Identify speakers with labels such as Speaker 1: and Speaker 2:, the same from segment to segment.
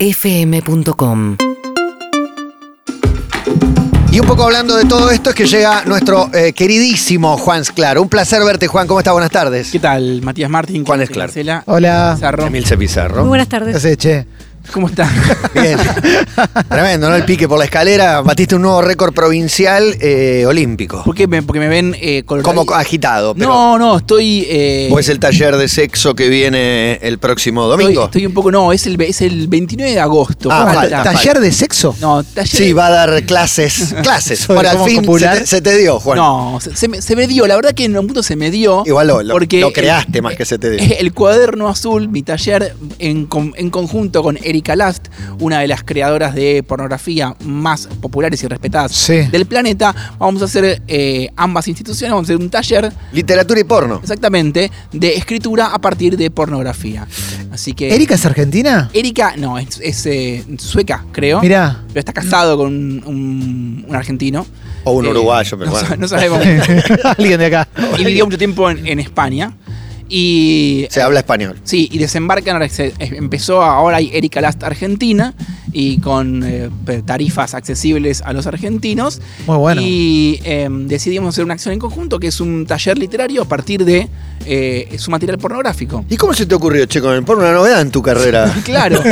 Speaker 1: UrbanaPlayFM.com
Speaker 2: Y un poco hablando de todo esto es que llega nuestro eh, queridísimo Juan Claro. Un placer verte, Juan. ¿Cómo estás? Buenas tardes.
Speaker 3: ¿Qué tal? Matías Martín.
Speaker 2: Juan
Speaker 3: Juan
Speaker 2: Esclar.
Speaker 3: Marcela.
Speaker 4: Hola.
Speaker 3: Pizarro.
Speaker 2: Emilce Pizarro.
Speaker 5: Muy buenas tardes.
Speaker 4: ¿Qué haces, che?
Speaker 3: ¿Cómo está?
Speaker 2: Bien. Tremendo, ¿no? El pique por la escalera. Batiste un nuevo récord provincial eh, olímpico.
Speaker 3: ¿Por qué me, porque me ven eh, colorado?
Speaker 2: Como agitado, pero.
Speaker 3: No, no, estoy. eh,
Speaker 2: ¿O es el taller de sexo que viene el próximo
Speaker 3: estoy,
Speaker 2: domingo?
Speaker 3: estoy un poco. No, es el, ve- es el 29 de agosto.
Speaker 2: Ah,
Speaker 3: Falta,
Speaker 2: falta.
Speaker 3: falta.
Speaker 4: ¿Taller de sexo?
Speaker 3: No, taller.
Speaker 2: Sí, va a dar clases. Clases.
Speaker 4: Sobre
Speaker 2: Para al
Speaker 4: cómo
Speaker 2: fin se
Speaker 4: copular.
Speaker 2: te, se te dio, Juan.
Speaker 3: No, se, se me, se me dio. La verdad que en un punto se me dio.
Speaker 2: Igual lo, lo-
Speaker 3: porque eh,
Speaker 2: lo
Speaker 3: el-
Speaker 2: creaste más que se te dio.
Speaker 3: El cuaderno azul, mi taller, en, con- en conjunto con Erika Last, una de las creadoras de pornografía más populares y respetadas
Speaker 4: Sí.
Speaker 3: del planeta, vamos a hacer eh, ambas instituciones, vamos a hacer un taller
Speaker 2: Literatura y porno.
Speaker 3: exactamente de escritura a partir de pornografía. Así
Speaker 2: eh.
Speaker 3: que...
Speaker 4: ¿Erika es argentina?
Speaker 3: Erika, no, es, es, eh, sueca, creo.
Speaker 4: Mirá.
Speaker 3: Pero está casado con un, un- un argentino.
Speaker 2: O un
Speaker 3: Eh,
Speaker 2: uruguayo, pero
Speaker 3: no
Speaker 2: bueno.
Speaker 3: sa- no sabemos.
Speaker 4: Alguien de acá.
Speaker 3: y vivió mucho tiempo en, en España. Y
Speaker 2: Se habla español.
Speaker 3: Sí, y desembarcan, ahora se- eh, empezó, ahora hay Erika Last Argentina y con eh, pe- tarifas accesibles a los argentinos.
Speaker 4: Muy bueno.
Speaker 3: Y eh, decidimos hacer una acción en conjunto que es un taller literario a partir de eh, su material pornográfico.
Speaker 2: ¿Y cómo se te ocurrió, che, con el porno? Una novedad en tu carrera.
Speaker 3: Claro.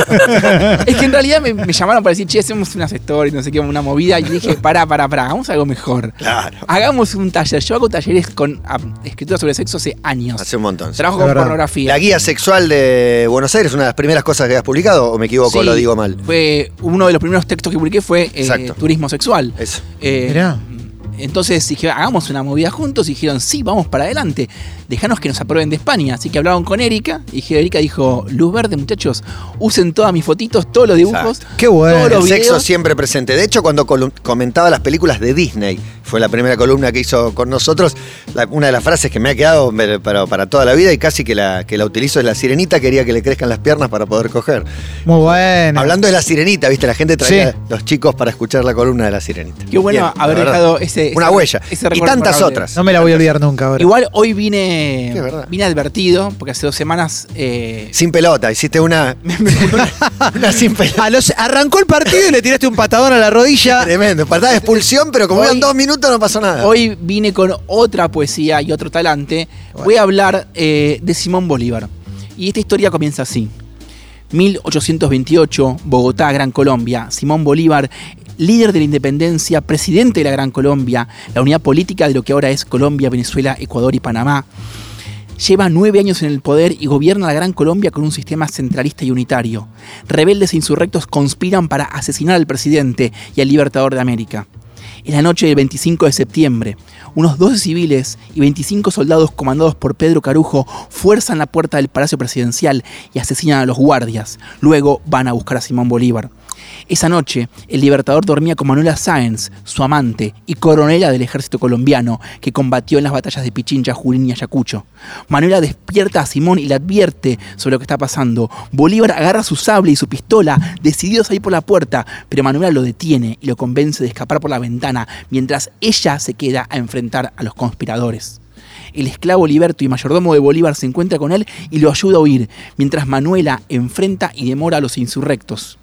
Speaker 3: es que en realidad me, me llamaron para decir, che, hacemos unas stories, no sé qué, una movida. Y dije, pará, pará, pará, hagamos algo mejor.
Speaker 2: Claro.
Speaker 3: Hagamos un taller. Yo hago talleres con ah, escritura sobre sexo hace años.
Speaker 2: Hace un montón. sí.
Speaker 3: Trabajo
Speaker 4: Es
Speaker 3: con
Speaker 4: verdad.
Speaker 3: pornografía.
Speaker 2: La guía sexual de Buenos Aires, una de las primeras cosas que has publicado, o me equivoco,
Speaker 3: Sí,
Speaker 2: lo digo mal.
Speaker 3: Fue uno de los primeros textos que publiqué fue eh,
Speaker 2: Exacto.
Speaker 3: turismo sexual.
Speaker 2: Eso.
Speaker 3: Eh,
Speaker 4: Mirá.
Speaker 3: Entonces dije, hagamos una movida juntos y dijeron, sí, vamos para adelante, dejanos que nos aprueben de España. Así que hablaron con Erika y dije, Erika dijo, luz verde muchachos, usen todas mis fotitos, todos los dibujos.
Speaker 2: Exacto.
Speaker 4: Qué
Speaker 3: Todos
Speaker 2: El
Speaker 4: bueno.
Speaker 3: los-
Speaker 2: sexo
Speaker 3: videos.
Speaker 2: siempre presente. De hecho, cuando colu- comentaba las películas de Disney, fue la primera columna que hizo con nosotros, la- una de las frases que me ha quedado pero para, para toda la vida y casi que la, que la utilizo es la sirenita quería que le crezcan las piernas para poder coger.
Speaker 4: Muy bueno.
Speaker 2: Hablando de la sirenita, viste, la gente traía
Speaker 4: Sí.
Speaker 2: los chicos para escuchar la columna de la sirenita.
Speaker 3: Qué bueno
Speaker 2: Bien, la
Speaker 3: haber
Speaker 2: verdad.
Speaker 3: dejado ese...
Speaker 2: Una
Speaker 3: ese-
Speaker 2: huella.
Speaker 3: ese
Speaker 2: y
Speaker 3: recuerdo
Speaker 2: tantas
Speaker 3: memorable.
Speaker 2: otras.
Speaker 4: No me la voy a olvidar nunca ahora.
Speaker 3: Igual hoy
Speaker 2: Sí, es
Speaker 3: vine,
Speaker 2: verdad.
Speaker 3: vine advertido, porque hace dos semanas... eh,
Speaker 2: Sin pelota, hiciste una, una sin pelota.
Speaker 4: A los- arrancó el partido y le tiraste un patadón a la rodilla.
Speaker 2: Tremendo, patada de expulsión, pero como
Speaker 3: Hoy-
Speaker 2: eran dos minutos no pasó nada.
Speaker 3: Hoy vine con otra poesía y otro talante. Voy a hablar eh, de Simón Bolívar. Y esta historia comienza así. 1828, Bogotá, Gran Colombia. Simón Bolívar, líder de la independencia, presidente de la Gran Colombia, la unidad política de lo que ahora es Colombia, Venezuela, Ecuador y Panamá. Lleva nueve años en el poder y gobierna la Gran Colombia con un sistema centralista y unitario. Rebeldes e insurrectos conspiran para asesinar al presidente y al libertador de América. En la noche del 25 de septiembre, unos 12 civiles y 25 soldados comandados por Pedro Carujo fuerzan la puerta del Palacio Presidencial y asesinan a los guardias. Luego van a buscar a Simón Bolívar. Esa noche, el Libertador dormía con Manuela Sáenz, su amante y coronela del ejército colombiano que combatió en las batallas de Pichincha, Junín y Ayacucho. Manuela despierta a Simón y le advierte sobre lo que está pasando. Bolívar agarra su sable y su pistola, decidido a salir por la puerta, pero Manuela lo detiene y lo convence de escapar por la ventana, mientras ella se queda a enfrentar a los conspiradores. El esclavo liberto y mayordomo de Bolívar se encuentra con él y lo ayuda a huir, mientras Manuela enfrenta y demora a los insurrectos.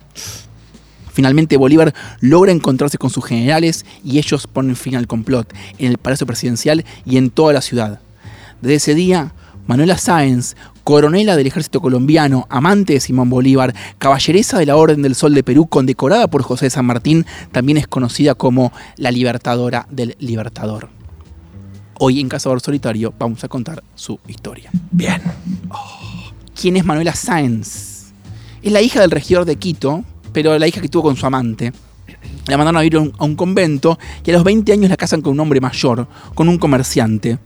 Speaker 3: Finalmente Bolívar logra encontrarse con sus generales y ellos ponen fin al complot en el Palacio Presidencial y en toda la ciudad. Desde ese día, Manuela Sáenz, coronela del ejército colombiano, amante de Simón Bolívar, caballeresa de la Orden del Sol de Perú, condecorada por José de San Martín, también es conocida como la libertadora del libertador. Hoy en Cazador Solitario vamos a contar su historia.
Speaker 2: Bien.
Speaker 3: ¿Quién es Manuela Sáenz? Es la hija del regidor de Quito, pero la hija que tuvo con su amante. La mandaron a vivir a un, a un convento y a los 20 años la casan con un hombre mayor, con un comerciante.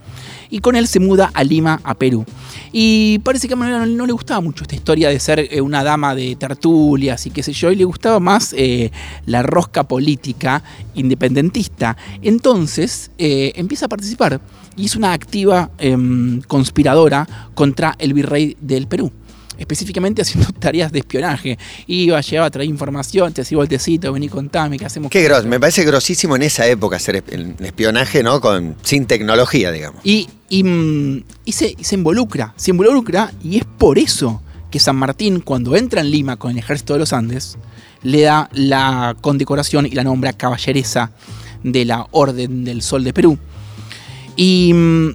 Speaker 3: Y con él se muda a Lima, a Perú. Y parece que a Manuela no, no le gustaba mucho esta historia de ser eh, una dama de tertulias y qué sé yo, y le gustaba más eh, la rosca política independentista. Entonces eh, empieza a participar y es una activa em, conspiradora contra el virrey del Perú específicamente haciendo tareas de espionaje. Iba, llevaba, traía información, te sirvo el tecito, vení, contame, ¿qué hacemos?
Speaker 2: Qué gros, me parece grosísimo en esa época hacer esp- el espionaje, ¿no? Con, sin tecnología, digamos.
Speaker 3: Y, y, mm, y se, y se involucra, se involucra y es por eso que San Martín, cuando entra en Lima con el ejército de los Andes, le da la condecoración y la nombra caballeresa de la Orden del Sol de Perú. Y mm,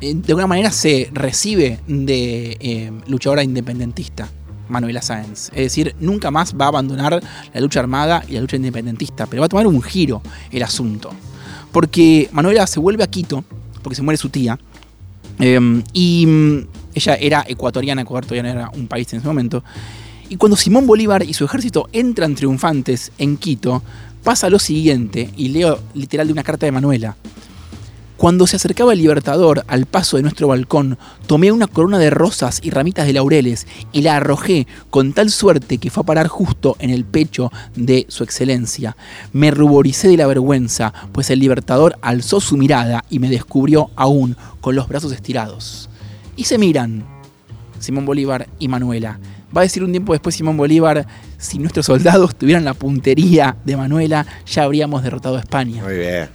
Speaker 3: eh, de alguna manera se recibe de eh, luchadora independentista Manuela Sáenz. Es decir, nunca más va a abandonar la lucha armada y la lucha independentista, pero va a tomar un giro el asunto. Porque Manuela se vuelve a Quito, porque se muere su tía, eh, y mm, ella era ecuatoriana, Ecuador todavía no era un país en ese momento. Y cuando Simón Bolívar y su ejército entran triunfantes en Quito, pasa lo siguiente, y leo literal de una carta de Manuela. Cuando se acercaba el Libertador al paso de nuestro balcón, tomé una corona de rosas y ramitas de laureles y la arrojé con tal suerte que fue a parar justo en el pecho de su excelencia. Me ruboricé de la vergüenza, pues el Libertador alzó su mirada y me descubrió aún con los brazos estirados. Y se miran, Simón Bolívar y Manuela. Va a decir un tiempo después Simón Bolívar, si nuestros soldados tuvieran la puntería de Manuela, ya habríamos derrotado a España.
Speaker 2: Muy bien.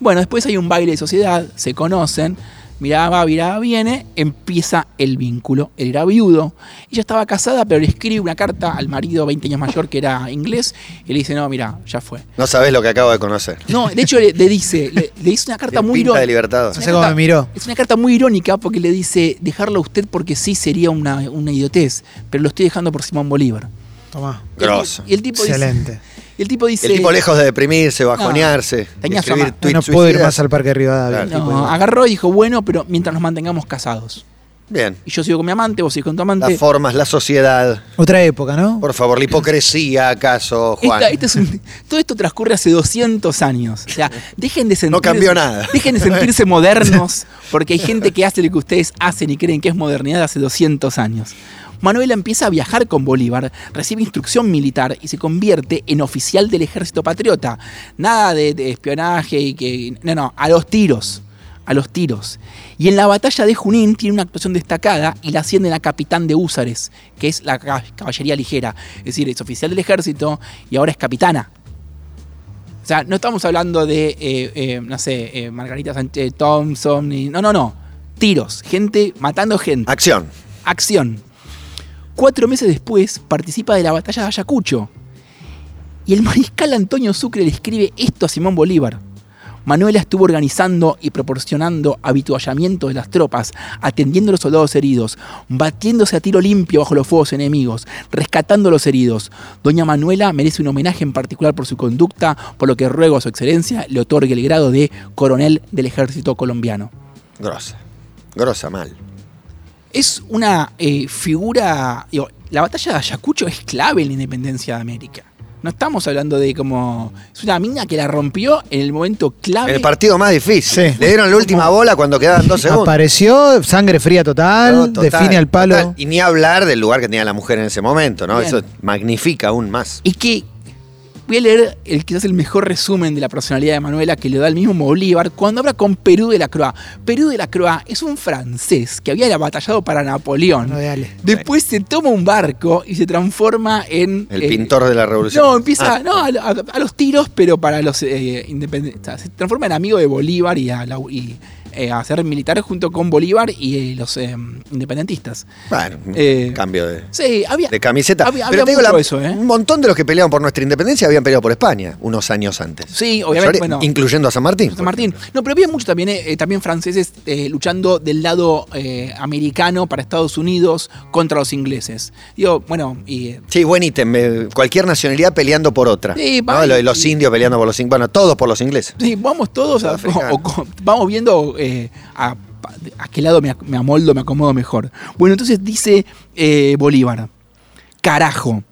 Speaker 3: Bueno, después hay un baile de sociedad, se conocen, mirá va, mirá viene, empieza el vínculo. Él era viudo, ella estaba casada, pero le escribe una carta al marido 20 años mayor que era inglés y le dice, no, mira, ya fue.
Speaker 2: No sabés lo que acabo de conocer.
Speaker 3: No, de hecho le, le dice, le, le hizo una carta
Speaker 2: De
Speaker 3: muy...
Speaker 2: pinta
Speaker 3: iro-
Speaker 2: de libertador.
Speaker 4: No sé cómo me miró.
Speaker 3: es una carta muy irónica porque le dice, dejarlo a usted porque sí sería una, una idiotez, pero lo estoy dejando por Simón Bolívar.
Speaker 4: Tomá.
Speaker 2: Grosso.
Speaker 3: Y el tipo dice...
Speaker 4: Excelente.
Speaker 3: y el tipo dice...
Speaker 2: El tipo lejos de deprimirse, bajonearse,
Speaker 3: Ah, Tenía su
Speaker 2: escribir
Speaker 3: ama-
Speaker 4: Yo
Speaker 2: tweets
Speaker 4: no puedo ir
Speaker 2: suicidas.
Speaker 4: más al Parque Rivadavia.
Speaker 2: Claro.
Speaker 4: el tipo
Speaker 3: no,
Speaker 4: de-
Speaker 3: agarró y dijo, bueno, pero mientras nos mantengamos casados.
Speaker 2: Bien.
Speaker 3: Y yo sigo con mi amante, vos sigues con tu amante.
Speaker 2: Las formas, la sociedad.
Speaker 4: Otra época, ¿no?
Speaker 2: Por favor, la hipocresía, acaso, Juan.
Speaker 3: Esta- este es un- todo esto transcurre hace 200 años. O sea, dejen de sentirse,
Speaker 2: No cambió nada.
Speaker 3: Dejen de sentirse modernos, porque hay gente que hace lo que ustedes hacen y creen que es modernidad hace 200 años. Manuela empieza a viajar con Bolívar, recibe instrucción militar y se convierte en oficial del ejército patriota. Nada de, de espionaje y que. No, no, a los tiros. A los tiros. Y en la batalla de Junín tiene una actuación destacada y la ascienden a capitán de húsares, que es la ca- caballería ligera. Es decir, es oficial del ejército y ahora es capitana. O sea, no estamos hablando de, eh, eh, no sé, eh, Margarita Sánchez Thompson. ni- no, no, no. Tiros, gente matando gente.
Speaker 2: Acción.
Speaker 3: Acción. Cuatro meses después participa de la batalla de Ayacucho. Y el mariscal Antonio Sucre le escribe esto a Simón Bolívar. Manuela estuvo organizando y proporcionando habituallamiento de las tropas, atendiendo a los soldados heridos, batiéndose a tiro limpio bajo los fuegos enemigos, rescatando a los heridos. Doña Manuela merece un homenaje en particular por su conducta, por lo que ruego a su excelencia le otorgue el grado de coronel del ejército colombiano.
Speaker 2: Grosa. Grosa mal.
Speaker 3: Es una eh, figura. digo, la batalla de Ayacucho es clave en la independencia de América. No estamos hablando de como. Es una mina que la rompió en el momento clave.
Speaker 2: El partido más difícil.
Speaker 4: Sí.
Speaker 2: Le dieron la última bola cuando quedaban dos segundos.
Speaker 4: Apareció, sangre fría total,
Speaker 2: No, total,
Speaker 4: define al palo.
Speaker 2: total. Y ni hablar del lugar que tenía la mujer en ese momento, ¿no?
Speaker 3: Bien.
Speaker 2: Eso magnifica aún más.
Speaker 3: Y que voy a leer el, quizás el mejor resumen de la personalidad de Manuela que le da el mismo Bolívar cuando habla con Perú de la Croix. Perú de la Croix es un francés que había batallado para Napoleón.
Speaker 4: No, dale.
Speaker 3: Después se toma un barco y se transforma en.
Speaker 2: El
Speaker 3: eh,
Speaker 2: pintor de la revolución.
Speaker 3: No, empieza
Speaker 2: Ah,
Speaker 3: no, a, a- a los tiros, pero para los eh, independientes. O sea, se transforma en amigo de Bolívar y a, la- y, eh, a ser militar junto con Bolívar y eh, los eh, independentistas.
Speaker 2: Ah, bueno,
Speaker 3: Eh,
Speaker 2: cambio de,
Speaker 3: Sí, había.
Speaker 2: de camiseta.
Speaker 3: Había-
Speaker 2: Pero
Speaker 3: había
Speaker 2: te digo,
Speaker 3: mucho
Speaker 2: la-
Speaker 3: eso, ¿eh?
Speaker 2: un montón de los que peleaban por nuestra independencia habían peleado por España unos años antes.
Speaker 3: Sí, obviamente.
Speaker 2: Mayoría,
Speaker 3: Bueno,
Speaker 2: Incluyendo a San Martín.
Speaker 3: San Martín. No, pero había muchos también, eh, eh, también franceses eh, luchando del lado eh, americano para Estados Unidos contra los ingleses. Digo, bueno, y eh,
Speaker 2: Sí, buen ítem. eh, Cualquier nacionalidad peleando por otra.
Speaker 3: Sí,
Speaker 2: ¿no?
Speaker 3: va-
Speaker 2: Lo de Los indios peleando por los ingleses. Bueno, todos por los ingleses.
Speaker 3: sí, vamos todos a-
Speaker 2: Sudafricano.
Speaker 3: o co- vamos viendo eh, a, a qué lado me, ac- me amoldo, me acomodo mejor. Bueno, entonces dice eh, Bolívar, carajo.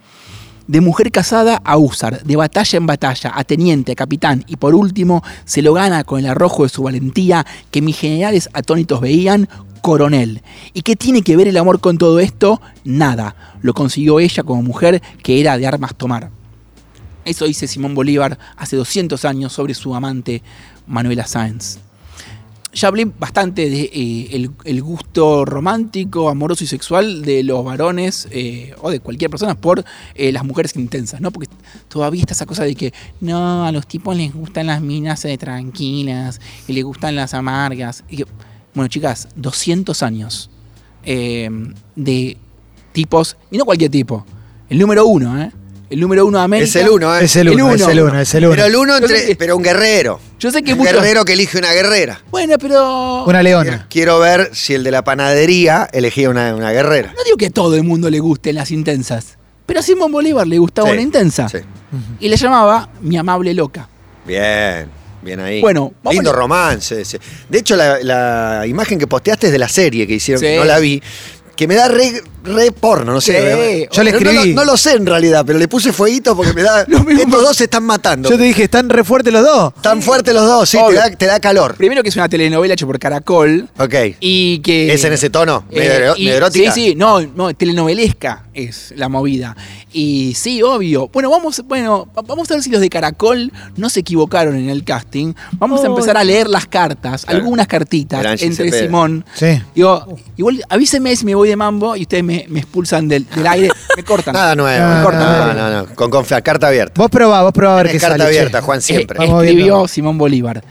Speaker 3: De mujer casada a húsar, de batalla en batalla, a teniente, a capitán, y por último se lo gana con el arrojo de su valentía que mis generales atónitos veían, coronel. ¿Y qué tiene que ver el amor con todo esto? Nada. Lo consiguió ella como mujer que era de armas tomar. Eso dice Simón Bolívar hace 200 años sobre su amante Manuela Sáenz. Ya hablé bastante de eh, el, el gusto romántico, amoroso y sexual de los varones eh, o de cualquier persona por eh, las mujeres intensas, ¿no? Porque todavía está esa cosa de que no, a los tipos les gustan las minas eh, tranquilas y les gustan las amargas. Y que- bueno, chicas, 200 años. eh, de tipos, y no cualquier tipo, el número uno, ¿eh? El número uno de América.
Speaker 2: Es el uno, ¿eh?
Speaker 4: Es el
Speaker 3: El
Speaker 4: uno, es
Speaker 3: uno.
Speaker 4: el uno, es el uno.
Speaker 2: Pero el uno,
Speaker 3: Yo sé
Speaker 2: entre-
Speaker 3: que-
Speaker 2: pero un guerrero.
Speaker 3: Yo sé que
Speaker 2: un
Speaker 3: muchos...
Speaker 2: guerrero que elige una guerrera.
Speaker 3: Bueno, pero...
Speaker 4: Una leona.
Speaker 2: Quiero ver si el de la panadería elegía una, una guerrera.
Speaker 3: No digo que a todo el mundo le gusten las intensas, pero a Simón Bolívar le gustaba
Speaker 2: Sí,
Speaker 3: una intensa.
Speaker 2: Sí.
Speaker 3: Y le llamaba mi amable loca.
Speaker 2: Bien, bien ahí.
Speaker 3: Bueno, vamos
Speaker 2: lindo
Speaker 3: a-
Speaker 2: romance. ese. De hecho, la, la imagen que posteaste es de la serie que hicieron,
Speaker 3: Sí.
Speaker 2: que no la vi, que me da re, re porno, no sé.
Speaker 3: Sí,
Speaker 4: yo le
Speaker 2: Pero no
Speaker 4: escribí.
Speaker 2: lo- No, lo sé en realidad, pero le puse fueguito porque me da.
Speaker 3: Lo mismo.
Speaker 2: Estos dos se están matando.
Speaker 4: Yo te dije, están re fuertes los dos.
Speaker 2: Tan fuertes los dos, sí, te
Speaker 3: Obvio.
Speaker 2: da, te da calor.
Speaker 3: Primero que es una telenovela hecha por Caracol
Speaker 2: Ok.
Speaker 3: y que...
Speaker 2: ¿Es en ese tono?
Speaker 3: Eh,
Speaker 2: ¿Medio ero-
Speaker 3: y-
Speaker 2: medio erótica?
Speaker 3: Sí, sí, no, no, telenovelesca es la movida. Y sí, obvio. Bueno, vamos, bueno, va- vamos a ver si los de Caracol no se equivocaron en el casting. Vamos a
Speaker 1: Oh.
Speaker 3: empezar a leer las cartas,
Speaker 2: Claro.
Speaker 3: algunas cartitas
Speaker 2: Era Angie
Speaker 3: entre
Speaker 2: Cepeda.
Speaker 3: Simón.
Speaker 4: Sí.
Speaker 3: Digo, igual avíseme si me voy de mambo y ustedes me, me expulsan del, del aire, me cortan.
Speaker 2: Nada nuevo.
Speaker 4: Ah,
Speaker 2: no,
Speaker 4: corta.
Speaker 2: no, no, Con confianza, carta abierta.
Speaker 4: Vos probá, vos probá a ver
Speaker 2: Tenés
Speaker 4: qué
Speaker 2: carta
Speaker 4: sale. che.
Speaker 2: abierta, Juan, siempre.
Speaker 3: Eh,
Speaker 4: Vamos
Speaker 3: escribió
Speaker 4: viendo.
Speaker 3: Simón Bolívar.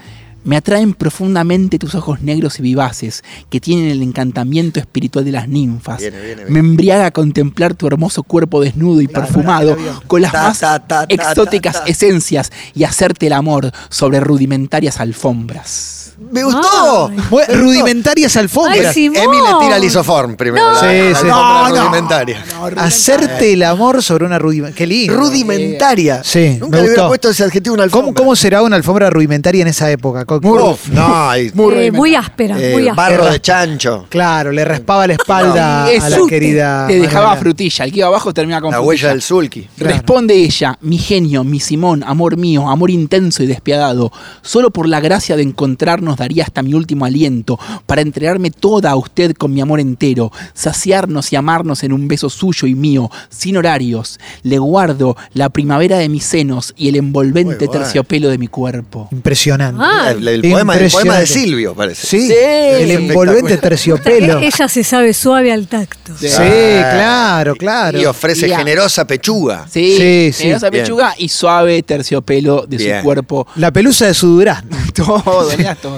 Speaker 3: Me atraen profundamente tus ojos negros y vivaces, que tienen el encantamiento espiritual de las ninfas.
Speaker 2: Viene, viene, viene.
Speaker 3: Me embriaga contemplar tu hermoso cuerpo desnudo y perfumado con las
Speaker 2: Ta,
Speaker 3: más
Speaker 2: ta, ta, ta,
Speaker 3: exóticas
Speaker 2: ta, ta.
Speaker 3: esencias y hacerte el amor sobre rudimentarias alfombras.
Speaker 2: ¡Me gustó!
Speaker 1: Ay.
Speaker 4: Bueno, rudimentarias
Speaker 1: Ay,
Speaker 4: alfombras.
Speaker 1: sí. Simón.
Speaker 2: Emi le tira el isoform primero.
Speaker 4: No.
Speaker 2: la-
Speaker 4: Sí,
Speaker 2: la
Speaker 4: sí.
Speaker 2: alfombra
Speaker 4: No, no.
Speaker 2: rudimentaria.
Speaker 4: Hacerte el amor sobre una rudimentaria. Qué lindo.
Speaker 2: Rudimentaria.
Speaker 4: Sí,
Speaker 2: Nunca
Speaker 4: me
Speaker 2: le hubiera
Speaker 4: gustó.
Speaker 2: puesto ese adjetivo a una alfombra.
Speaker 4: ¿Cómo, cómo será una alfombra rudimentaria en esa época? Co-
Speaker 2: Uf, no, hay-
Speaker 1: Eh, muy áspera,
Speaker 2: eh,
Speaker 1: muy áspera.
Speaker 2: barro de chancho.
Speaker 4: Claro, le raspaba la espalda
Speaker 3: Es
Speaker 4: a la
Speaker 3: útil.
Speaker 4: querida.
Speaker 3: Te dejaba
Speaker 4: Manuela.
Speaker 3: frutilla, el que iba abajo termina con
Speaker 2: La
Speaker 3: frutilla.
Speaker 2: huella del Zulki.
Speaker 4: Claro.
Speaker 3: Responde ella, mi genio, mi Simón, amor mío, amor intenso y despiadado, solo por la gracia de encontrarnos daría hasta mi último aliento, para entregarme toda a usted con mi amor entero, saciarnos y amarnos en un beso suyo y mío, sin horarios. Le guardo la primavera de mis senos y el envolvente
Speaker 2: Muy bueno.
Speaker 3: terciopelo de mi cuerpo.
Speaker 4: Impresionante.
Speaker 1: Ah,
Speaker 2: El, el poema, el poema de
Speaker 4: Impresionante.
Speaker 2: Silvio, parece.
Speaker 4: Sí,
Speaker 3: Sí.
Speaker 4: el
Speaker 3: Espectacular.
Speaker 4: envolvente terciopelo.
Speaker 1: Eh, ella se sabe suave al tacto.
Speaker 4: Sí,
Speaker 2: Ah.
Speaker 4: claro, claro.
Speaker 2: Y ofrece
Speaker 3: Ya.
Speaker 2: generosa pechuga.
Speaker 3: Sí,
Speaker 4: Sí, sí.
Speaker 3: generosa
Speaker 2: Bien.
Speaker 3: pechuga y suave terciopelo de
Speaker 2: Bien.
Speaker 3: su cuerpo.
Speaker 4: La pelusa de su durazno.
Speaker 3: Todo, mirá todo.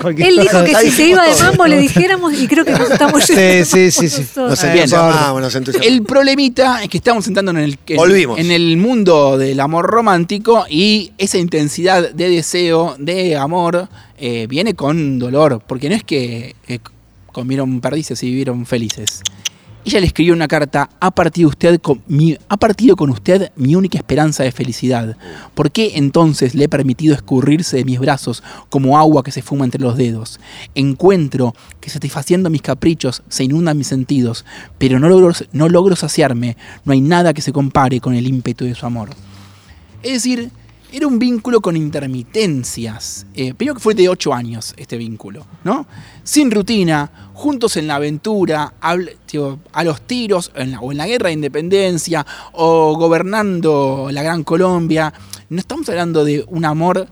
Speaker 4: Cualquier
Speaker 1: Él dijo
Speaker 4: cosa.
Speaker 1: que
Speaker 2: Ya
Speaker 1: si se iba de
Speaker 2: dijimos todo.
Speaker 1: mambo le dijéramos, y creo que nos estamos
Speaker 4: Sí,
Speaker 1: yendo
Speaker 4: sí, sí,
Speaker 1: por
Speaker 4: sí.
Speaker 1: nosotros.
Speaker 2: Nos
Speaker 4: Ah,
Speaker 2: entusiasmamos, nos entusiasmamos.
Speaker 3: El problemita es que estamos entrando en el, en,
Speaker 2: Volvimos.
Speaker 3: en el mundo del amor romántico y esa intensidad de deseo, de amor, eh, viene con dolor, porque no es que eh, comieron perdices y vivieron felices. Ella le escribió una carta, ha partido, usted con mi, ha partido con usted mi única esperanza de felicidad. ¿Por qué entonces le he permitido escurrirse de mis brazos como agua que se fuma entre los dedos? Encuentro que satisfaciendo mis caprichos se inundan mis sentidos, pero no logro, no logro saciarme, no hay nada que se compare con el ímpetu de su amor. Es decir, era un vínculo con intermitencias. Eh, primero que fue de 8 años este vínculo, ¿no? Sin rutina, juntos en la aventura, habl- tipo, a los tiros, en la- o en la guerra de independencia, o gobernando la Gran Colombia. No estamos hablando de un amor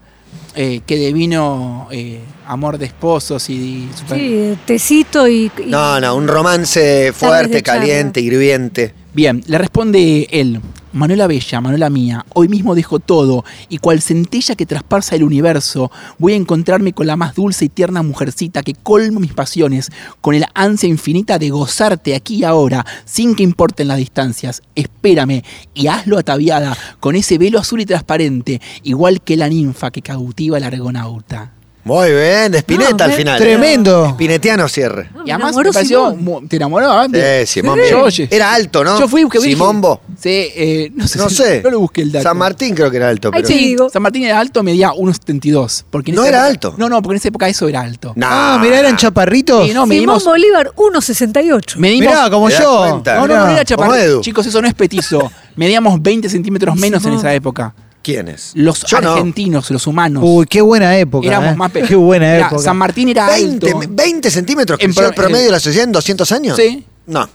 Speaker 3: eh, que devino eh, amor de esposos y super-
Speaker 1: Sí, eh, tecito y. y-
Speaker 2: No, no, un romance
Speaker 1: de
Speaker 2: fuerte,
Speaker 1: charla.
Speaker 2: caliente, hirviente.
Speaker 3: Bien, le responde él. Manuela Bella, Manuela mía, hoy mismo dejo todo y cual centella que traspasa el universo, voy a encontrarme con la más dulce y tierna mujercita que colmo mis pasiones, con el ansia infinita de gozarte aquí y ahora, sin que importen las distancias. Espérame y hazlo ataviada con ese velo azul y transparente, igual que la ninfa que cautiva al argonauta.
Speaker 2: Muy bien, de Spinetta
Speaker 1: No,
Speaker 2: al
Speaker 1: me-
Speaker 2: final.
Speaker 4: Tremendo.
Speaker 2: Spinettiano cierre.
Speaker 1: Ah, me
Speaker 3: Y además
Speaker 1: enamoró
Speaker 3: me pareció,
Speaker 1: Simón.
Speaker 3: mu- ¿Te enamoró? ah,
Speaker 2: Eh, Simón.
Speaker 3: Yo,
Speaker 2: Bo.
Speaker 3: oye,
Speaker 2: Era alto, ¿no?
Speaker 3: Yo fui que dije-
Speaker 2: Simombo.
Speaker 3: Sí, eh, no sé.
Speaker 2: No
Speaker 3: si-
Speaker 2: sé.
Speaker 3: No lo busqué el dato.
Speaker 2: San Martín creo que era alto,
Speaker 1: Ay,
Speaker 2: pero.
Speaker 1: sí.
Speaker 3: Sí,
Speaker 1: digo.
Speaker 3: San Martín era alto, medía 1,72. porque en
Speaker 2: No
Speaker 3: esa
Speaker 2: era
Speaker 3: época-
Speaker 2: alto.
Speaker 3: No, no, porque en esa época eso era alto.
Speaker 2: Nah.
Speaker 4: Ah, mirá, eran chaparritos.
Speaker 3: Sí, no,
Speaker 1: Simón
Speaker 3: medimos.
Speaker 1: Bolívar 1.68.
Speaker 3: medimos-
Speaker 4: mirá, como
Speaker 2: ¿Te das
Speaker 4: yo.
Speaker 2: cuenta?
Speaker 3: no, no,
Speaker 4: Mirá.
Speaker 3: no era
Speaker 2: como
Speaker 3: chaparrito.
Speaker 2: Edu.
Speaker 3: Chicos, eso no es petizo. Medíamos 20 centímetros menos en esa época.
Speaker 2: ¿Quién es?
Speaker 3: Los
Speaker 2: Yo no.
Speaker 3: argentinos, los humanos.
Speaker 4: Uy, qué buena época.
Speaker 3: éramos
Speaker 4: eh.
Speaker 3: más pe-
Speaker 4: Qué buena
Speaker 3: Mirá,
Speaker 4: época.
Speaker 3: San Martín era
Speaker 2: 20,
Speaker 3: alto.
Speaker 2: 20 centímetros
Speaker 3: En
Speaker 2: creció el
Speaker 3: pro-
Speaker 2: promedio
Speaker 3: en-
Speaker 2: de la sociedad en 200 años.
Speaker 3: Sí.
Speaker 2: No.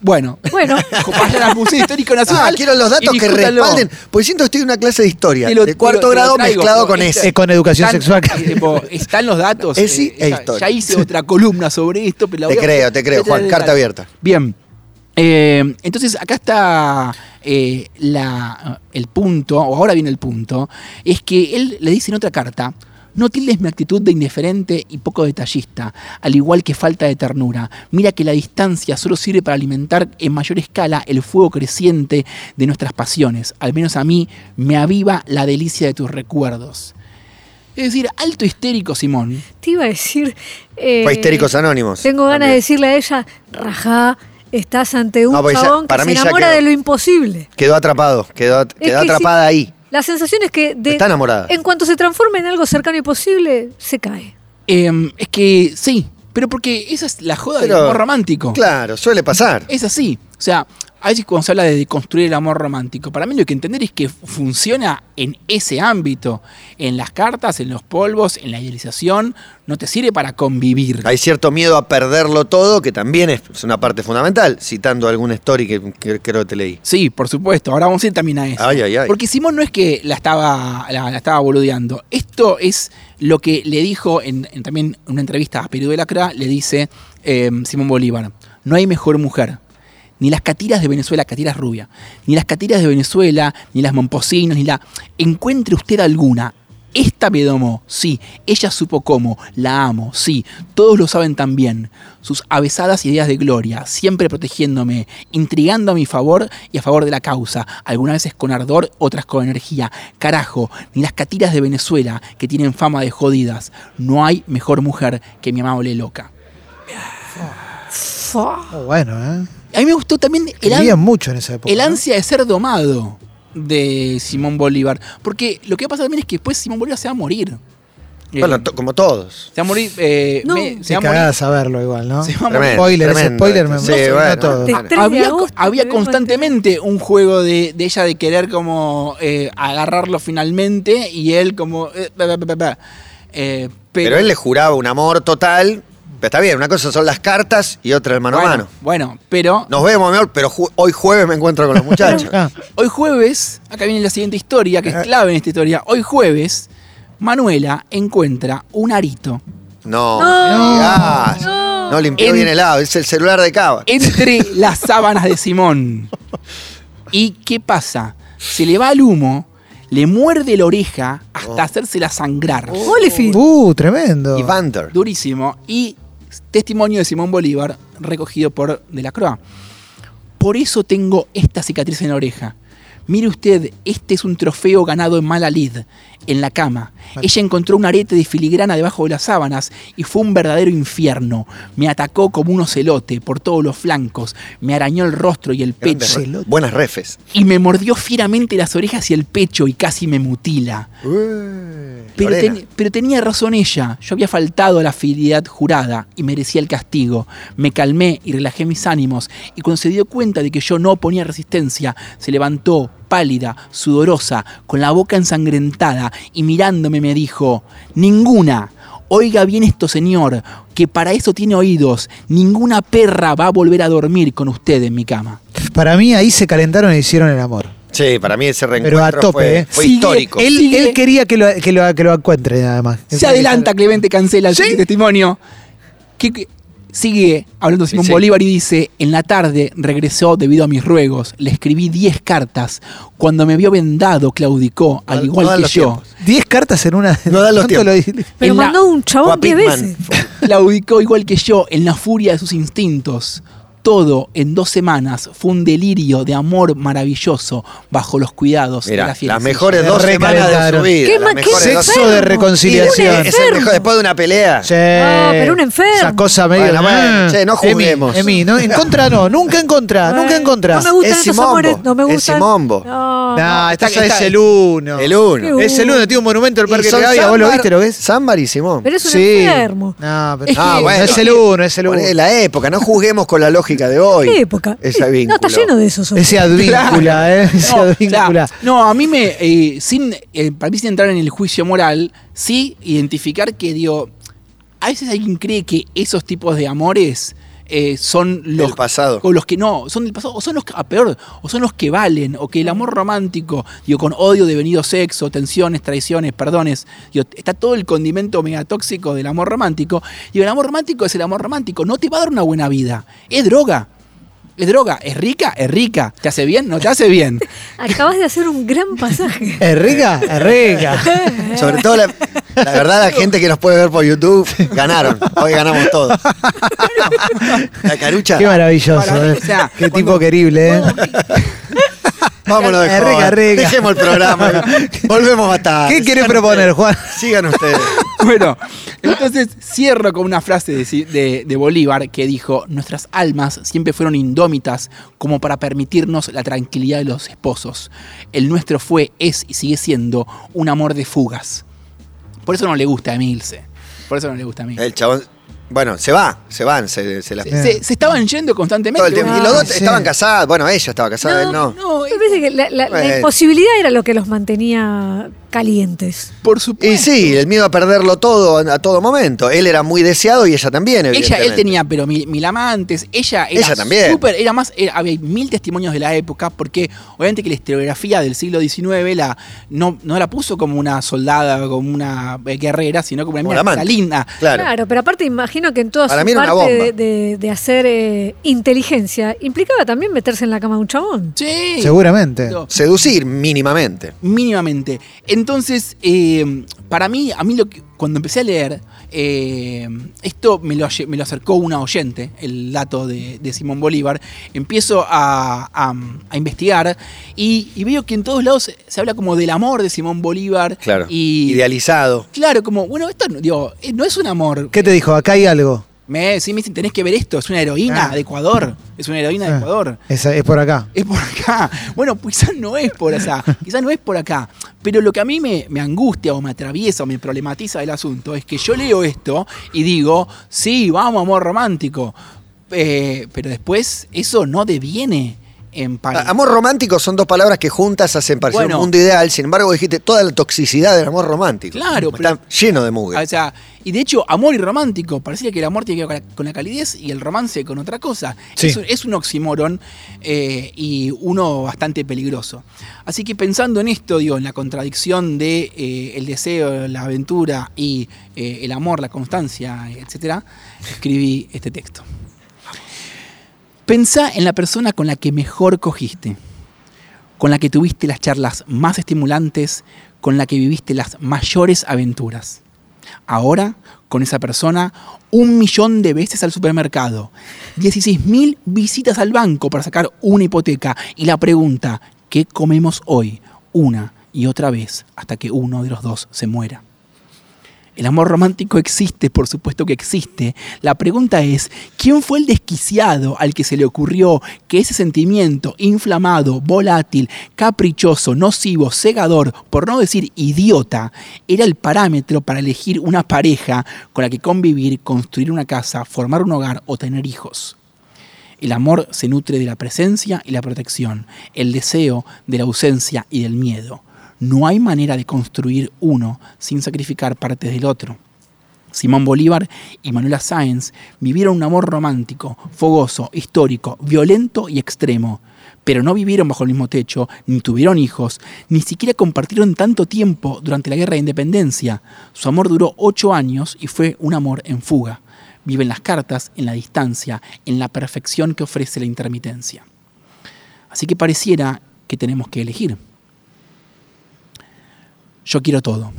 Speaker 3: Bueno,
Speaker 1: Bueno,
Speaker 3: vayan al Museo Histórico
Speaker 2: Ah,
Speaker 3: Nacional.
Speaker 2: quiero los datos
Speaker 3: y
Speaker 2: que
Speaker 3: discútanlo.
Speaker 2: respalden. Pues siento que estoy en una clase de historia.
Speaker 3: Te lo-
Speaker 2: de
Speaker 3: te
Speaker 2: cuarto
Speaker 3: lo- te lo
Speaker 2: grado
Speaker 3: traigo,
Speaker 2: mezclado
Speaker 3: pero
Speaker 2: con
Speaker 3: este-
Speaker 2: ese.
Speaker 4: Es con educación
Speaker 3: Están- eh,
Speaker 4: sexual.
Speaker 3: tipo, están los datos. eh,
Speaker 2: Es sí, es
Speaker 3: ya-
Speaker 2: historia.
Speaker 3: Ya hice otra columna sobre esto, pero la
Speaker 2: Te
Speaker 3: voy a-
Speaker 2: creo, te creo, Juan, carta abierta.
Speaker 3: Bien. Eh, entonces, acá está eh, la- el punto, o ahora viene el punto, es que él le dice en otra carta, No tildes mi actitud de indiferente y poco detallista, al igual que falta de ternura. Mira que la distancia solo sirve para alimentar en mayor escala el fuego creciente de nuestras pasiones. Al menos a mí me aviva la delicia de tus recuerdos. Es decir, alto histérico, Simón.
Speaker 1: Te iba a decir. eh,
Speaker 2: Fue Histéricos Anónimos.
Speaker 1: Tengo ganas
Speaker 2: También.
Speaker 1: de decirle a ella, rajá, estás ante un
Speaker 2: No, porque ya-
Speaker 1: chabón que
Speaker 2: para
Speaker 1: se
Speaker 2: mí ya
Speaker 1: enamora
Speaker 2: quedó.
Speaker 1: de lo imposible.
Speaker 2: Quedó atrapado, quedó,
Speaker 1: Es
Speaker 2: quedó
Speaker 1: que
Speaker 2: atrapada
Speaker 1: sí.
Speaker 2: ahí.
Speaker 1: La sensación es que de,
Speaker 2: Está enamorada.
Speaker 1: en cuanto se transforma en algo cercano y posible, se cae.
Speaker 3: Em, es que sí, pero porque esa es la joda
Speaker 2: Pero-
Speaker 3: del amor romántico.
Speaker 2: Claro, suele pasar.
Speaker 3: Es así. O sea, a veces cuando se habla de construir el amor romántico, para mí lo que entender es que funciona en ese ámbito, en las cartas, en los polvos, en la idealización, no te sirve para convivir.
Speaker 2: Hay cierto miedo a perderlo todo, que también es es una parte fundamental, citando alguna story que, que creo que te leí.
Speaker 3: Sí, por supuesto. Ahora vamos a ir también a eso.
Speaker 2: Ay, ay, ay.
Speaker 3: Porque Simón no es que la estaba, la, la estaba boludeando. Esto es lo que le dijo en, en también una entrevista a Perú de Lacra, le dice eh, Simón Bolívar, no hay mejor mujer. Ni las catiras de Venezuela, catiras rubia, ni las catiras de Venezuela, ni las momposinos, ni la... Encuentre usted alguna. Esta me domó, sí, ella supo cómo, la amo, sí, todos lo saben también. Sus avesadas ideas de gloria, siempre protegiéndome, intrigando a mi favor y a favor de la causa, algunas veces con ardor, otras con energía. Carajo, ni las catiras de Venezuela, que tienen fama de jodidas. No hay mejor mujer que mi amable loca.
Speaker 1: Fua.
Speaker 4: Oh, bueno, ¿eh?
Speaker 3: A mí me gustó también el, an-
Speaker 4: Querían mucho en esa época.
Speaker 3: el
Speaker 4: ¿no?
Speaker 3: ansia de ser domado de Simón Bolívar, porque lo que va a pasar también es que después Simón Bolívar se va a morir. Eh,
Speaker 2: Bueno, to- como todos.
Speaker 3: se va a morir. eh,
Speaker 1: No.
Speaker 3: me- se
Speaker 4: Qué
Speaker 3: va a morir-
Speaker 4: cagada saberlo igual, ¿no?
Speaker 3: se va a morir
Speaker 2: Tremendo,
Speaker 4: Spoiler, ese
Speaker 2: tremendo.
Speaker 4: spoiler me-
Speaker 2: Sí,
Speaker 4: no sé, no
Speaker 2: bueno.
Speaker 4: todo.
Speaker 1: Te- 3 de
Speaker 3: había,
Speaker 1: agosto,
Speaker 3: había
Speaker 1: te veo
Speaker 3: constantemente un juego de, de ella de querer como eh, agarrarlo finalmente y él como... eh, ba, ba, ba, ba, ba. Eh, pero,
Speaker 2: Pero él le juraba un amor total. Pero está bien, una cosa son las cartas y otra el mano
Speaker 3: bueno,
Speaker 2: a mano.
Speaker 3: Bueno, pero
Speaker 2: Nos vemos, mi amor, pero ju- hoy jueves me encuentro con los muchachos.
Speaker 4: Ah,
Speaker 3: hoy jueves, acá viene la siguiente historia, que es clave en esta historia, hoy jueves Manuela encuentra un arito
Speaker 2: No,
Speaker 1: No.
Speaker 2: no, digas.
Speaker 1: No.
Speaker 2: no limpió
Speaker 3: En-
Speaker 2: bien el lado, es el celular de Cava.
Speaker 3: entre las sábanas de Simón. ¿Y qué pasa? Se le va el humo, le muerde la oreja hasta hacérsela sangrar.
Speaker 1: Oh. Holyfield.
Speaker 4: Uh, tremendo.
Speaker 2: Y Vander.
Speaker 3: durísimo y testimonio de Simón Bolívar recogido por De la Croa. Por eso tengo esta cicatriz en la oreja. Mire usted, este es un trofeo ganado en mala lid, en la cama. Ella encontró un arete de filigrana debajo de las sábanas y fue un verdadero infierno. Me atacó como un ocelote por todos los flancos, me arañó el rostro y el
Speaker 2: Grandes
Speaker 3: pecho
Speaker 2: re- Buenas refes.
Speaker 3: y me mordió fieramente las orejas y el pecho y casi me mutila. Pero,
Speaker 2: Lorena.
Speaker 3: ten- pero tenía razón ella. Yo había faltado a la fidelidad jurada y merecía el castigo. Me calmé y relajé mis ánimos. Y cuando se dio cuenta de que yo no ponía resistencia, se levantó, pálida, sudorosa, con la boca ensangrentada y mirándome me dijo: Ninguna. Oiga bien esto, señor, que para eso tiene oídos. Ninguna perra va a volver a dormir con usted en mi cama.
Speaker 4: Para mí ahí se calentaron e hicieron el amor.
Speaker 2: Sí, para mí ese reencuentro
Speaker 4: Pero a tope,
Speaker 2: fue,
Speaker 4: ¿eh?
Speaker 2: fue
Speaker 3: Sigue
Speaker 2: histórico.
Speaker 3: el-
Speaker 4: Él,
Speaker 3: Sigue.
Speaker 4: él quería que lo, que, lo, que lo encuentre, nada más.
Speaker 3: Se adelanta Clemente Cancela el testimonio. Que- que- sigue hablando Simón
Speaker 2: Sí.
Speaker 3: Bolívar y dice, en la tarde regresó debido a mis ruegos, le escribí 10 cartas, cuando me vio vendado claudicó, al
Speaker 2: No-
Speaker 3: igual
Speaker 2: no dan
Speaker 3: que
Speaker 2: los
Speaker 3: yo.
Speaker 2: tiempos.
Speaker 4: 10 cartas en una.
Speaker 2: No dan los
Speaker 4: ¿Cuánto lo-
Speaker 1: Pero
Speaker 3: En la-
Speaker 1: mandó
Speaker 2: Fue
Speaker 1: un
Speaker 2: a
Speaker 1: chabón 10
Speaker 2: Pitman.
Speaker 1: veces.
Speaker 3: Claudicó igual que yo en la furia de sus instintos. Todo en dos semanas fue un delirio de amor maravilloso bajo los cuidados
Speaker 2: Mira,
Speaker 3: de la
Speaker 2: las
Speaker 3: fiesta.
Speaker 2: mejores
Speaker 4: Me
Speaker 2: dos semanas de su
Speaker 4: recalentaron.
Speaker 2: vida.
Speaker 1: Qué
Speaker 2: las
Speaker 1: ma- qué
Speaker 2: mejores dos-
Speaker 4: Sexo de reconciliación.
Speaker 2: Es el mejor, después de una pelea.
Speaker 4: Sí.
Speaker 1: No, pero un enfermo.
Speaker 4: Esa cosa medio.
Speaker 2: Ah, Bueno, bueno,
Speaker 4: Ah.
Speaker 2: che, no
Speaker 4: Emi,
Speaker 2: juzguemos.
Speaker 4: Emi, no, en contra no, nunca en contra,
Speaker 1: Ay,
Speaker 4: nunca en contra.
Speaker 1: No me gustan
Speaker 2: Es
Speaker 1: esos
Speaker 2: Simombo,
Speaker 1: amores, no me
Speaker 2: es
Speaker 1: gustan.
Speaker 2: Simombo.
Speaker 1: No,
Speaker 4: Nah, esta
Speaker 2: está-
Speaker 4: ya es
Speaker 2: está-
Speaker 4: el uno.
Speaker 2: El uno.
Speaker 1: Qué
Speaker 4: Es el uno, tiene un monumento el Parque
Speaker 2: son
Speaker 4: Rivadavia, ¿vos lo
Speaker 2: Zambar-
Speaker 4: viste, lo ves?
Speaker 2: Zambar y Simón.
Speaker 1: Pero es un
Speaker 4: Sí.
Speaker 1: enfermo.
Speaker 4: No, pero-
Speaker 3: Es
Speaker 4: Ah,
Speaker 3: que-
Speaker 4: bueno, es el uno, es el uno.
Speaker 2: Por la época, no juzguemos con la lógica de hoy.
Speaker 1: ¿Qué época? Eh,
Speaker 2: Esa
Speaker 1: no, está
Speaker 2: vínculo.
Speaker 1: lleno de esos hombres.
Speaker 4: Ese advíncula, ¿eh? Ese
Speaker 3: No,
Speaker 4: advíncula.
Speaker 3: claro. No, a mí me. eh, sin, eh, para mí, sin entrar en el juicio moral, sí identificar que, digo. A veces alguien cree que esos tipos de amores eh, son los.
Speaker 2: pasado.
Speaker 3: O los que no, son del pasado, o son los que. A peor, o son los que valen, o que el amor romántico, digo, con odio devenido sexo, tensiones, traiciones, perdones, digo, está todo el condimento megatóxico del amor romántico. Y el amor romántico es el amor romántico, no te va a dar una buena vida. Es droga. Es droga, es rica, es rica. ¿Te hace bien? No te hace bien.
Speaker 1: Acabas de hacer un gran pasaje.
Speaker 4: Es rica, es rica.
Speaker 2: Sobre todo la, La verdad, la gente que nos puede ver por YouTube ganaron. Hoy ganamos todos. La carucha.
Speaker 4: Qué maravilloso,
Speaker 3: Para-
Speaker 4: eh.
Speaker 3: o sea,
Speaker 4: Qué
Speaker 3: cuando-
Speaker 4: tipo querible, eh.
Speaker 2: Vámonos de
Speaker 4: Arrega,
Speaker 2: joda.
Speaker 4: arrega.
Speaker 2: Dejemos el programa. Volvemos a tarde.
Speaker 4: ¿Qué querés
Speaker 2: Sigan
Speaker 4: proponer,
Speaker 2: ustedes.
Speaker 4: Juan?
Speaker 2: Sigan ustedes.
Speaker 3: Bueno, entonces cierro con una frase de, Ci- de- de Bolívar que dijo, nuestras almas siempre fueron indómitas como para permitirnos la tranquilidad de los esposos. El nuestro fue, es y sigue siendo un amor de fugas. Por eso no le gusta a Emilce. Por eso no le gusta a mí.
Speaker 2: El chabón. Bueno, se va, se van, se, se las
Speaker 3: Se, se- se estaban yendo constantemente.
Speaker 2: Eh.
Speaker 3: Ah,
Speaker 2: todo el tiempo. Y los dos
Speaker 4: sí.
Speaker 2: estaban casados. Bueno, ella estaba casada, él no.
Speaker 3: No,
Speaker 1: Me parece que la, la- la
Speaker 2: Bueno.
Speaker 1: imposibilidad era lo que los mantenía calientes.
Speaker 3: por supuesto.
Speaker 2: Y sí, el miedo a perderlo todo a todo momento. Él era muy deseado y ella también,
Speaker 3: Ella,
Speaker 2: evidentemente.
Speaker 3: él tenía pero mil, mil amantes, ella era
Speaker 2: Ella también.
Speaker 3: súper, era más, era- había mil testimonios de la época, porque obviamente que la historiografía del siglo XIX la, no, no la puso como una soldada, como una eh, guerrera, sino como una
Speaker 2: Como
Speaker 3: mina
Speaker 2: la amante.
Speaker 3: linda.
Speaker 2: Claro.
Speaker 1: Claro. pero aparte imagino que en toda
Speaker 2: Para
Speaker 1: su
Speaker 2: mí era una
Speaker 1: parte de,
Speaker 2: bomba.
Speaker 1: de- de hacer eh, inteligencia implicaba también meterse en la cama de un chabón.
Speaker 3: Sí.
Speaker 4: Seguramente.
Speaker 3: No.
Speaker 2: Seducir mínimamente.
Speaker 3: Mínimamente. Entonces, eh, para mí, a mí lo que, cuando empecé a leer, eh, esto me lo, lle- me lo acercó una oyente, el dato de, de Simón Bolívar. Empiezo a, a- a investigar y, y veo que en todos lados se, se habla como del amor de Simón Bolívar.
Speaker 2: Claro.
Speaker 3: Y,
Speaker 2: Idealizado.
Speaker 3: Claro, como, bueno, esto no- digo, eh, no es un amor.
Speaker 4: ¿Qué te dijo? Acá hay algo.
Speaker 3: Me, sí, me dicen, tenés que ver esto, es una heroína
Speaker 4: Ah.
Speaker 3: de Ecuador. Es una heroína de
Speaker 4: Ah,
Speaker 3: Ecuador
Speaker 4: Es, es por acá.
Speaker 3: es por acá. Bueno, pues quizás no es por allá, quizás no es por acá. Pero lo que a mí me, me angustia o me atraviesa o me problematiza del asunto es que yo leo esto y digo, sí, vamos, amor romántico. Eh, pero después eso no deviene en pan.
Speaker 2: A- Amor romántico son dos palabras que juntas hacen parecer
Speaker 3: Bueno.
Speaker 2: un mundo ideal. Sin embargo, dijiste toda la toxicidad del amor romántico.
Speaker 3: Claro,
Speaker 2: Está lleno de mugre.
Speaker 3: O sea, y de hecho, amor y romántico, parecía que el amor tiene que ver con la, con la calidez y el romance con otra cosa.
Speaker 4: Sí.
Speaker 3: Es, un- es un oxímoron eh, y uno bastante peligroso. Así que pensando en esto, digo, en la contradicción de eh, el deseo, la aventura y eh, el amor, la constancia, etcétera, escribí este texto. Pensá en la persona con la que mejor cogiste, con la que tuviste las charlas más estimulantes, con la que viviste las mayores aventuras. Ahora, con esa persona, un millón de veces al supermercado, 16.000 visitas al banco para sacar una hipoteca y la pregunta, ¿qué comemos hoy? Una y otra vez hasta que uno de los dos se muera. El amor romántico existe, por supuesto que existe. La pregunta es, ¿quién fue el desquiciado al que se le ocurrió que ese sentimiento inflamado, volátil, caprichoso, nocivo, cegador, por no decir idiota, era el parámetro para elegir una pareja con la que convivir, construir una casa, formar un hogar o tener hijos? El amor se nutre de la presencia y la protección, el deseo de la ausencia y del miedo. No hay manera de construir uno sin sacrificar partes del otro. Simón Bolívar y Manuela Sáenz vivieron un amor romántico, fogoso, histórico, violento y extremo, pero no vivieron bajo el mismo techo, ni tuvieron hijos, ni siquiera compartieron tanto tiempo durante la Guerra de Independencia. Su amor duró ocho años y fue un amor en fuga. Vive en las cartas, en la distancia, en la perfección que ofrece la intermitencia. Así que pareciera que tenemos que elegir. Yo quiero todo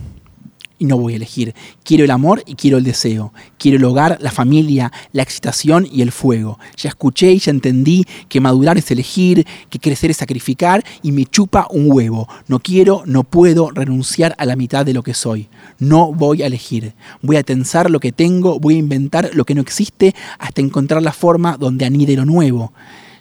Speaker 3: y no voy a elegir. Quiero el amor y quiero el deseo. Quiero el hogar, la familia, la excitación y el fuego. Ya escuché y ya entendí que madurar es elegir, que crecer es sacrificar y me chupa un huevo. No quiero, no puedo renunciar a la mitad de lo que soy. No voy a elegir. Voy a tensar lo que tengo, voy a inventar lo que no existe hasta encontrar la forma donde anide lo nuevo.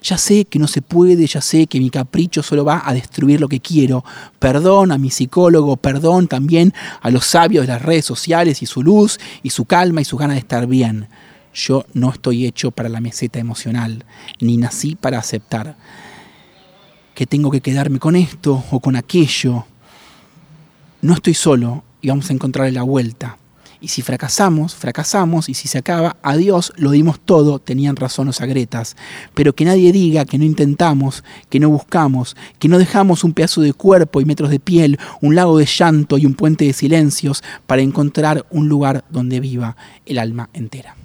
Speaker 3: Ya sé que no se puede, ya sé que mi capricho solo va a destruir lo que quiero. Perdón a mi psicólogo, perdón también a los sabios de las redes sociales y su luz y su calma y su ganas de estar bien. Yo no estoy hecho para la meseta emocional, ni nací para aceptar que tengo que quedarme con esto o con aquello. No estoy solo y vamos a encontrarle la vuelta. Y si fracasamos, fracasamos, y si se acaba, adiós, lo dimos todo, tenían razón los agretas. Pero que nadie diga que no intentamos, que no buscamos, que no dejamos un pedazo de cuerpo y metros de piel, un lago de llanto y un puente de silencios para encontrar un lugar donde viva el alma entera.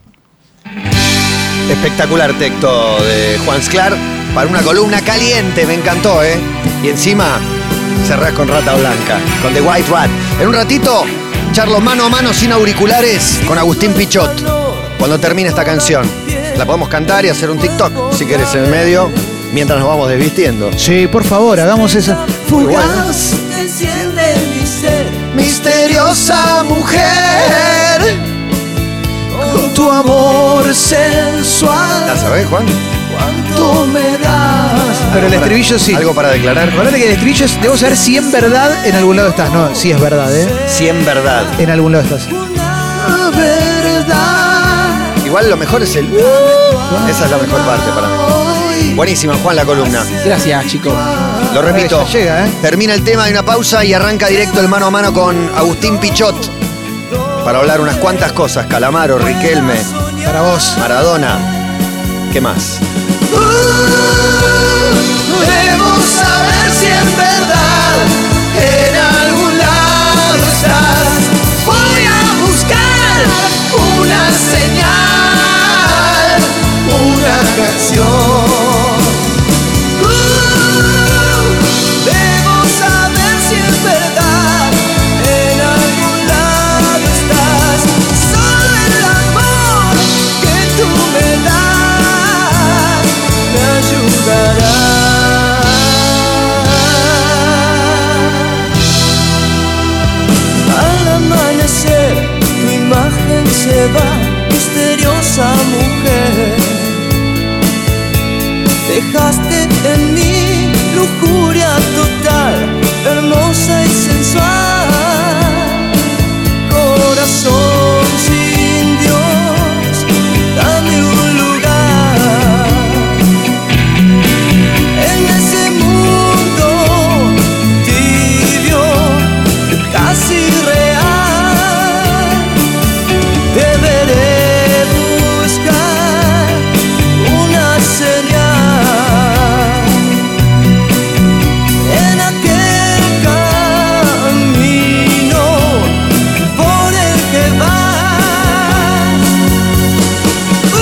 Speaker 2: Espectacular texto de Juan Sclar para una columna caliente, me encantó, ¿eh? Y encima cerrás con Rata Blanca, con The White Rat. En un ratito, Charlo mano a mano sin auriculares con Agustín Pichot. Cuando termine esta canción, la podemos cantar y hacer un TikTok, si querés, en el medio, mientras nos vamos desvistiendo.
Speaker 4: Sí, por favor, hagamos esa.
Speaker 2: Fugaz,
Speaker 5: enciende mi ser
Speaker 2: misteriosa mujer.
Speaker 5: con tu amor sensual.
Speaker 2: ¿La sabés, Juan?
Speaker 5: Cuánto me das.
Speaker 4: Pero el estribillo sí.
Speaker 2: ¿Algo para declarar, Juan?
Speaker 4: Acuérdate que el estribillo es, debo saber si en verdad en algún lado estás. No, si es verdad, ¿eh?
Speaker 2: Si en verdad.
Speaker 4: En algún lado estás.
Speaker 5: Una verdad.
Speaker 2: Igual lo mejor es el... Esa es la mejor parte para mí. Buenísima, Juan, la columna.
Speaker 3: Gracias, chicos.
Speaker 2: Lo repito.
Speaker 4: Ya llega, ¿eh?
Speaker 2: Termina el tema, hay una pausa y arranca directo el mano a mano con Agustín Pichot. Para hablar unas cuantas cosas. Calamaro, Riquelme,
Speaker 4: Para vos.
Speaker 2: Maradona. ¿Qué más?
Speaker 5: Uh, debo saber si en verdad en algún lado estás. Voy a buscar una señal, una canción. Uh, debo saber si en verdad en algún lado estás. Solo el amor que tú me das me ayudará. Al amanecer tu imagen se va, misteriosa mujer. Dejaste en mí lujuria total, hermosa y sensual. Corazón sin Dios, dame un lugar. En ese mundo tibio, casi real, deberé buscar una señal en aquel camino por el que vas. Uh,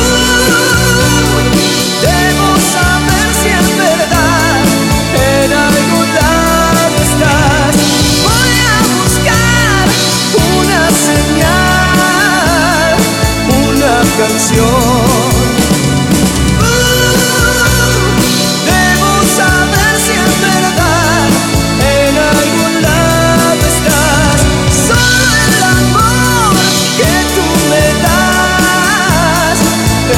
Speaker 5: debo saber si es verdad en algún lado estás. Voy a buscar una señal, una canción. Uh, Debo saber si es verdad En algún lado estás Solo el amor que tú me das Me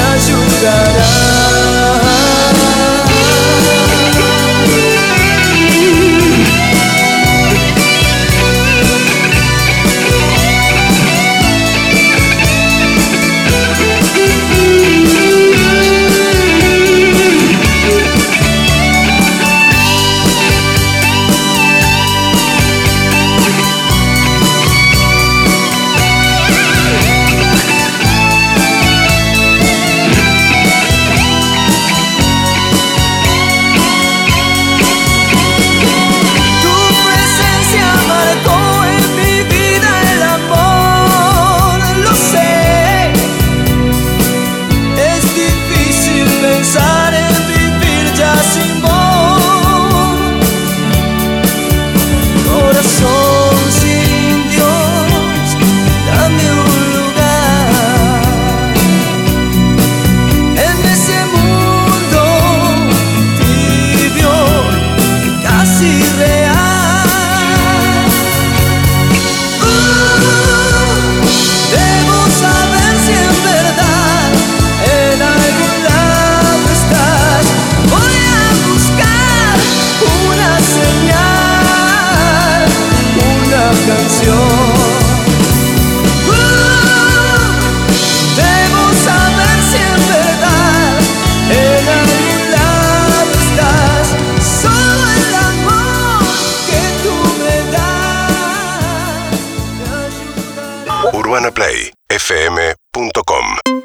Speaker 5: ayudará Tu presencia marcó en mi vida el amor, lo sé. Es difícil pensar en vivir ya sin vos. Corazón sin Dios, dame un lugar. En ese mundo tibio, casi real. Uh, debo saber si en verdad en algún lado estás. Voy a buscar una señal, una canción. Uh, Debo saber si en verdad en algún lado estás. Solo el amor que tú me das me ayudará.
Speaker 6: UrbanaPlayFM.com